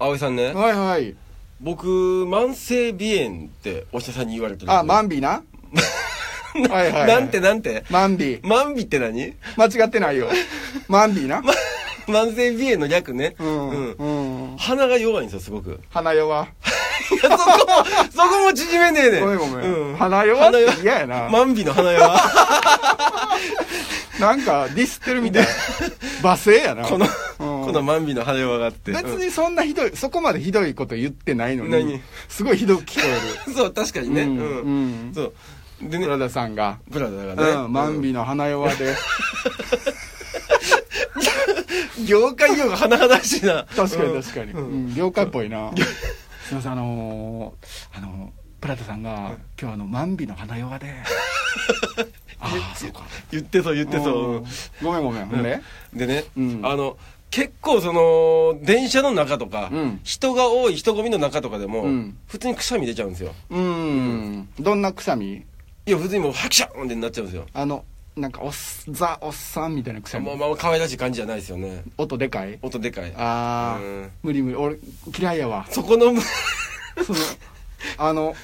葵さんね、はいはい。僕、慢性鼻炎ってお医者さんに言われてるんですよあ、マンビなはいはいは いなんてなんてマンビ。万美って 何間違っ てないよ。マンビな。慢性鼻炎の略ね。うん。うんうん。鼻が弱いんですよ、すごく。 花弱。いや、そこも、そこも縮めねえねごめんごめん。うん。花弱って嫌やな。万美の鼻 弱。なんかディスってるみたい。罵声やな。この、うんこの万美の鼻弱があって。別にそんなひどい、そこまでひどいこと言ってないのに何、すごいひどく聞こえうんそう、確かにる。ね。うんうん。うん。そう。でね黒、田さんが。ブラザーがね。うん、マンビの花弱で。業界用が甚だしいな。確かうにん確かに、うんうん業界っぽいなすいませんあのー、あのプラタさんが「今日あの万美の花ヨガ で」ああそうか言ってそう、言ってそううん。ごめんごめんほんででね、うんあの結構その電車の中とか、うん人が多い人混みの中とかでも、うん普通にくしゃみ出ちゃうんですようんどんなくしゃみいや普通にもうハキシャーンってなっちゃうんですよあのなんかおっザおっさんみたいなくしゃみ、まあまあ可愛らしい感じじゃないですよね音でかい音でかいああ、うん無理無理俺嫌いやわそこのそのあの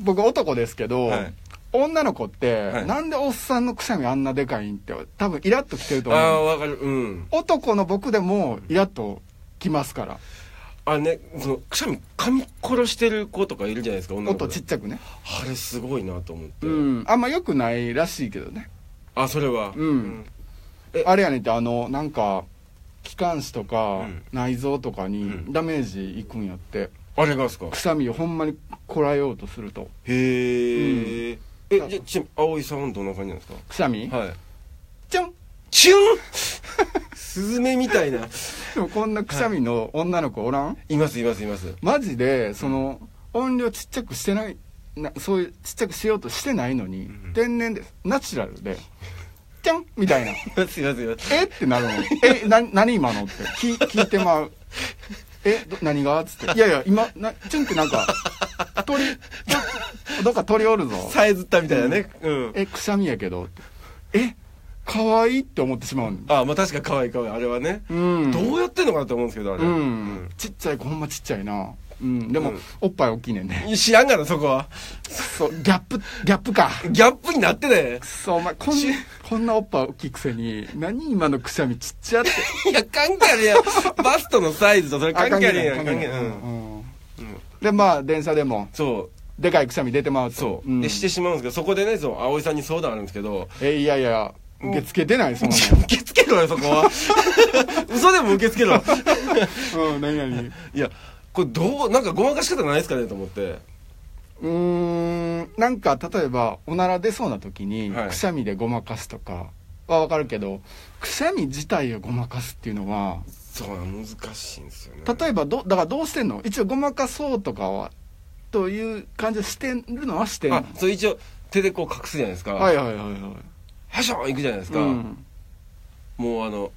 僕男ですけど、はい女の子って、はいなんでおっさんのくしゃみあんなでかいんって多分イラッときてるとあ思うあわかるうん男の僕でもイラッときますからあれねそのくしゃみ噛み殺してる子とかいるじゃないですか女の子音でちっちゃくねあれすごいなと思って、うんあんま良くないらしいけどねあそれはうんえあれやねんってあのなんか気管支とかうん内臓とかうにんダメージいくんやってあれがですかくしゃみをほんまにこらえようとするとへえ、えじゃあちなみに葵さんはどんな感じなんですくしゃみかはいちょんチュンスズメみたいな。でもこんなくしゃみの女の子おらんいますいますいます。マジでその音量ちっちゃくしてないなそういうちっちゃくしようとしてないのにん天然ですナチュラルでちゃんみたいないますいますいます。えってなるの。え、な、何今のって。聞、聞いてまう。え、ど何がつって。いやいや、今、な、チュンってなんか、鳥、どどっか鳥おるぞ。さえずったみたいなね。うん。え、くしゃみやけど。え、可愛いって思ってしまうのあまあ確か可愛い可愛い。あれはね。うん。どうやってんのかなと思うんですけど、あれ。うん、ちっちゃい子ほんまちっちゃいな。うん。でも、うんおっぱい大きいねんね。うん知らんがな、そこは。そう、ギャップ、ギャップか。ギャップになってねく。そう、お前、こん、こんなおっぱい大きいくせに、何今のくしゃみちっちゃって。いや、関係あるやん。バストのサイズとそれ関係あるやん。関関係係なないい。ううんん。で、まあ、電車でも、そでかいくしゃみ出てまうう。とそう、んで、してしまうんですけど、そこでね、そう、葵さんに相談あるんですけど、えいやいや受け付けてないそん受け付けろよ、そこ は。嘘でも受け付けろ。なのうん何々いや、これどう、なんかごまかし方ないですかねと思って。うーんなんか例えばおなら出そうな時に、はいくしゃみでごまかすとかはわかるけどくしゃみ自体をごまかすっていうのはそうなん難しいんですよね例えばどだからどうしてんの一応ごまかそうとかはという感じをしてるのはしてんのあそう一応手でこう隠すじゃないですかはいいはいはいはいはしょーんいくじゃないですか、うんもうあの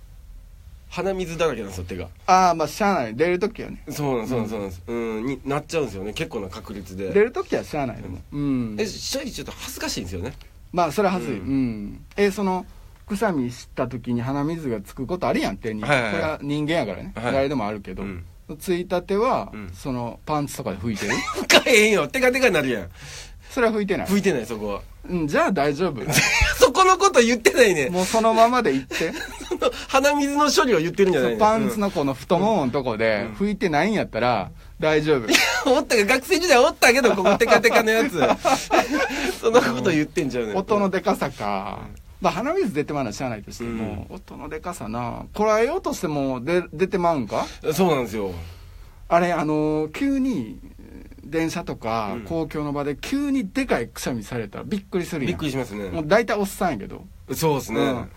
鼻水だらけなんですよ手がああまあしゃあない出る時はねそうなんですそうなんですそうなんですうんになっちゃうんですよね結構な確率出でる時はしゃあないでもうんえ正直ちょっと恥ずかしいんですよねまあそれははずい、ううんんえそのくしゃみした時に鼻水がつくことあるやん手に、はいはいはいこれは人間やからね、はい誰でもあるけど、うんついたては、うんそのパンツとかで拭い てる拭かへんよテカテカになるやんそれは拭いてない、拭いてないそこはうん、じゃあ 大丈夫そこのこと言ってないねもうそのままでいってその鼻水の処理を言ってるんじゃそないのねパンツのこの太もものとこでうん拭いてないんやったら大丈夫、うんおったけど学生時代おったけどここテカテカのや つそのこと言ってんじゃうねん音のでかさか、まあ、鼻水出てまうのは知らないとしても、音のでかさなこらえようとしても出出てまうんかそうなんですよあれあのー急にえー電車とかうん公共の場で急にでかいくしゃみされたらびっくりするやんびっくりしますもねう大体おっさんやけど、そうですね、うん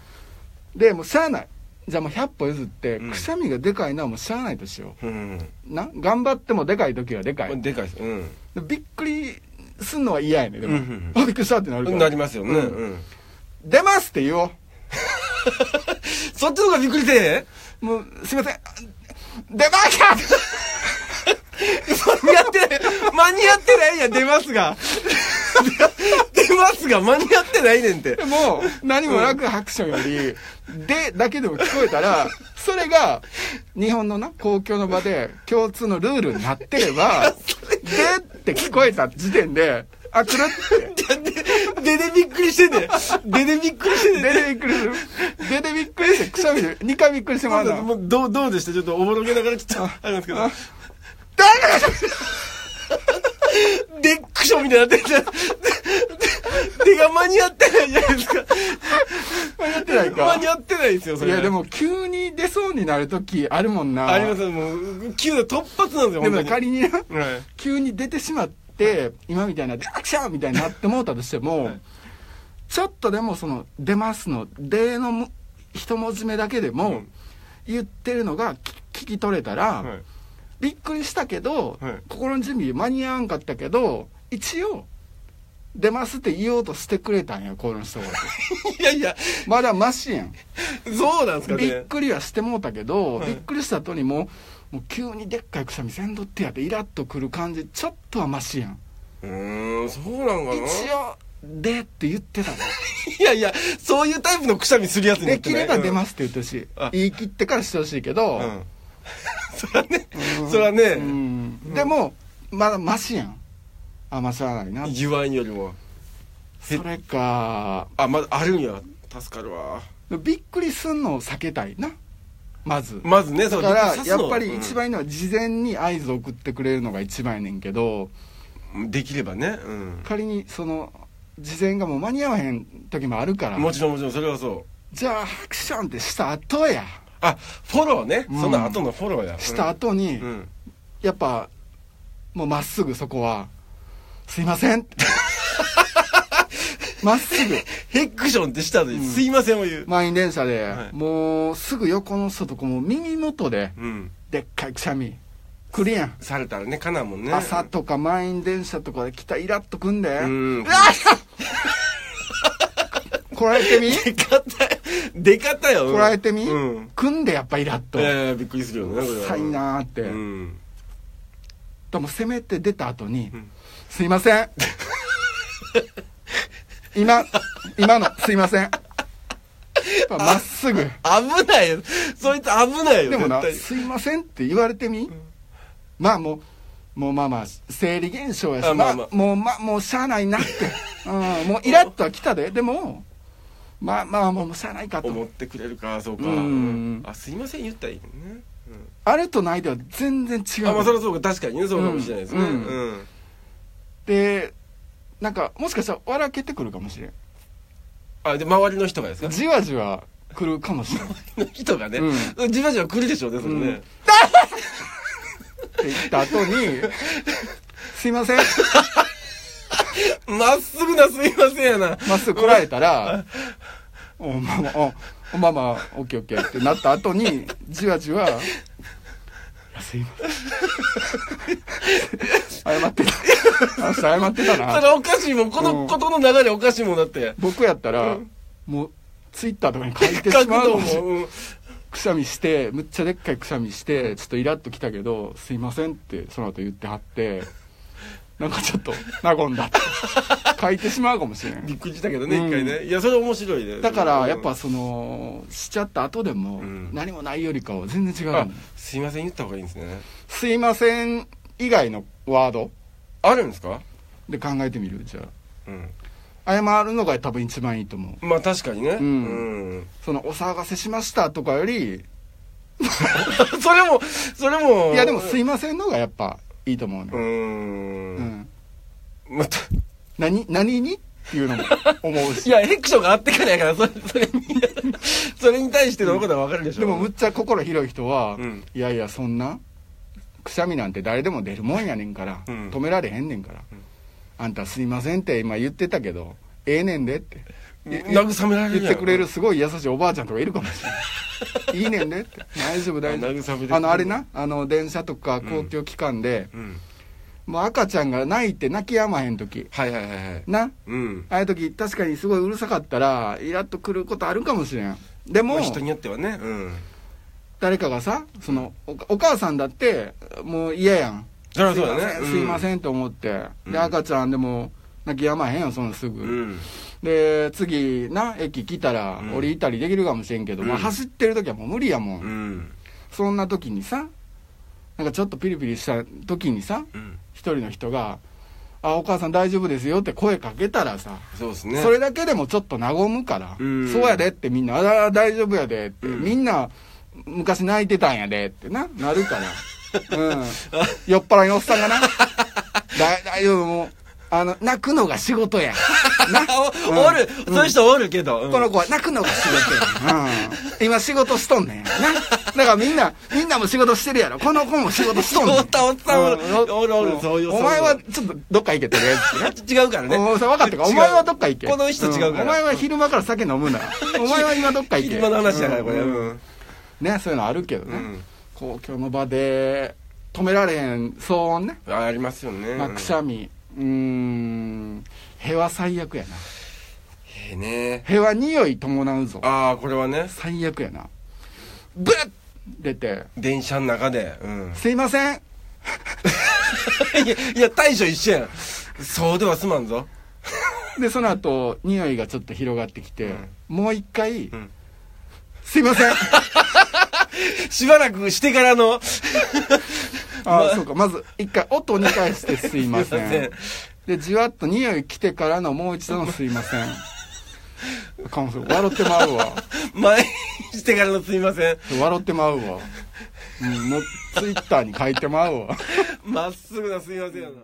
でもうしゃあないじゃあもう100歩譲って、うんくしゃみがでかいのはもうしゃあないとしようん、うな頑張ってもでかい時はでかい、でかいです、うん、でびっくりすんのは嫌やねでも、うんうんあびっくりしたってなるからなりますよね、ううんん出ますって言おうそっちの方がびっくりせえもうすいませんあ出ました 間に合ってない間に合ってないやん出ますが 出ますが間に合ってないねんてでも、何もなく拍手より、で、だけでも聞こえたら、それが、日本のな、公共の場で共通のルールになってれば、でって聞こえた時点で、あ、くるって。ででびっくりしてね。ででびっくりしてでね。でびっくりする。ででびっくりして、くしゃみで、2回びっくりしてもらうの。もうどう、どうでしたちょっとおもろげながらちょっと、あれなんですけど。でっくしょみたいになってる。手が間に合ってないじゃないですか。やってない間か。に合ってないですよ、そいれ。や、で。も急に出そうになるときあるもんな。ありますもう、急な突発なんですよ、で本当もに。仮にな、はい。急に出てしまって、今みたいな、でアクションみたいになってもうたとしても、はいちょっとでもその、出ますの、でのむ一文字目だけでも、うん言ってるのが聞聞き取れたら、はい。びっくりしたけど、はい心の準備間に合わんかったけど、一応、出ますって言おうとしてくれたんや、この 人が。いやいや、まだマシやん。そうなんですかびっね。くりはしてもうたけど、はいびっくりした後にもうもう急にでっかいくしゃみせんどってやってイラッとくる感じちょっとはマシやんうーん、そうなんか一な。応でって言ってた のいやいや、そういうタイプのくしゃみするやつになでってきないれば出ますって言ってほしい、あ言い切ってからしてほしいけど、うん。 うんそらねう、んそらうね、んでもまだマシやんあまあしゃあないな言わんよりも。へそれかあ、まだあるんや。助かるわ。びっくりすんのを避けたいなまずまずね、そだうから指やさすのっぱり一番いいのは事前に合図を送ってくれるのが一番やねんけど、うんできればね。うん。仮にその事前がもう間に合わへん時もあるからもちろんもちろん、それはそう。じゃあハクションってした後やあフォローね、うんその後のフォローやした後に、うん、うんやっぱもうまっすぐそこは「すいま せん」まっすぐヘックションってした後に、うんすいませんを言う、満員電車で、はいもうすぐ横の人とこもう耳元でうんでっかいくしゃみクリアンされたらねかなもんね朝とか満員電車とかで来たイラッとくんで、うんうわっこらえ てみでかったでかったようんこらえてみ、うん組んでやっぱイラッと、いやいやびっくりするよねこれは臭いなーって、うんでもせめて出た後に「んすいま せん」今今の「すいません」やっぱまっすぐ危ないよそいつ危ないよでもな「絶すいません」って言われてみ、まあもうもうまあまあ生理現象やしあままああ、まあもうまあもうしゃあないなって、うん、もうイラッとは来たででもまあまあもうしゃあないか対思とってくれるかそうか、うんあすいません言ったらいいね、あるとないでは全然違う、うんあまあそれはそうか確かにねそうかもしれないですねう、うんんでなんかもしかしたら笑けてくるかもしれんあで周りの人がですかじわじわ来るかもしれんの人がね、うじわじわ来るでしょうねそれね、うんって言った後に、すいません、まっすぐなすいませんやな。まっすぐ来られたら、おまあまあ、おおまあまあ、オッケーオッケーってなった後に、じわじわ、いやすいません。謝ってた。あの人謝ってたそな。れおかしいもん。こうのんことの流れおかしいもんだって。僕やったら、もう、ツイッターとかに書いて書しくまとう思う。うんくしゃみして、むっちゃでっかいくしゃみして、ちょっとイラッときたけど、すいませんってその後言ってはって、なんかちょっと、和んだって。書いてしまうかもしれん。びっくりしたけどね、うん一回ね。いや、それ面白いね。だからやっうぱん、そのしちゃった後でもうん何もないよりかは全然違うよあね、すいません言った方がいいんですね。すいません以外のワードあるんですかで考えてみるじゃうん。あ謝るのが多分一番いいと思うまあ確かにね。ううんん。 そのお騒がせしましたとかよりそれも、それも。いやでもすいいませんのがやっぱいいと思ううねうん、ん。また、何何にっていうのも思う いしや、ヘクションがあってかないから、それ、それに、 それに対してのことはわかるでしょ。でもむっちゃ心広い人は、うんいやいやそんなくしゃみなんて誰でも出るもんやねんから、うん止められへんねんから、あんたすいませんって今言ってたけどええねんでって慰められるやん言ってくれるすごい優しいおばあちゃんとかいるかもしれな いいいねんねって大丈夫大丈あ慰めてくれる夫あのあれなあの電車とか公共機関で、うん。もう赤ちゃんが泣いて泣きやまへん時はいはいはいはい。なうん。ああいう時確かにすごいうるさかったらイラッとくることあるかもしれんでまもあ人によってはね。うん。誰かがさそのおお母さんだってもう嫌やんそりゃそうだね。すいませんすいまん。せんと思って、うんで赤ちゃんでも泣きやまへんよそんなすぐ、うん。で、次、な、駅来たらうん降りたりできるかもしれんけど、まあうん走ってる時はもう無理やもん。うんそんな時にさ、なんかちょっとピリピリした時にさ、うん一人の人が、あ、お母さん大丈夫ですよって声かけたらさ、そうですねそれだけでもちょっと和むから、うんそうやでってみんな、ああ、大丈夫やでって、うんみんな、昔泣いてたんやでってな、なる から。うん。酔っ払いのおっさんがな、だ大丈夫、もう、あの、泣くのが仕事や。なおおる、うんそういう人おるけど、うんこの子は泣くのが仕事や。うん。今仕事しとんねん。な。だからみんな、みんなも仕事してるやろ。この子も仕事しとんねん。おったおった おるうんおるおるそういうそういうお前はちょっとどっか行けてねってな。違うからねおおさ分かったか違うお前はどっか行けこの人違うからんお前は昼間から酒飲 むなお前は今どっか行け昼間の話だからこれうんうんねそういうのあるけどね、うん公共の場で止められへん騒音ね、ありますよねまあ、くしゃみうーんへは最悪やなへえねへは匂い伴うぞああこれはね最悪やなブッ出て電車の中でうん 「すいませんいやいや大将一緒やんそうではすまんぞ」でその後匂いがちょっと広がってきて、うんもう一回、んすいま せんしばらくしてからのああそうかまず一回音に返して「 すいません」で、じわっと匂い来てからのもう一度のすいません。あかんそう笑ってまうわ。前にしてからのすいません笑ってまうわ。うん、もう、ツイッターに書いてまうわ。まっすぐなすいませんよな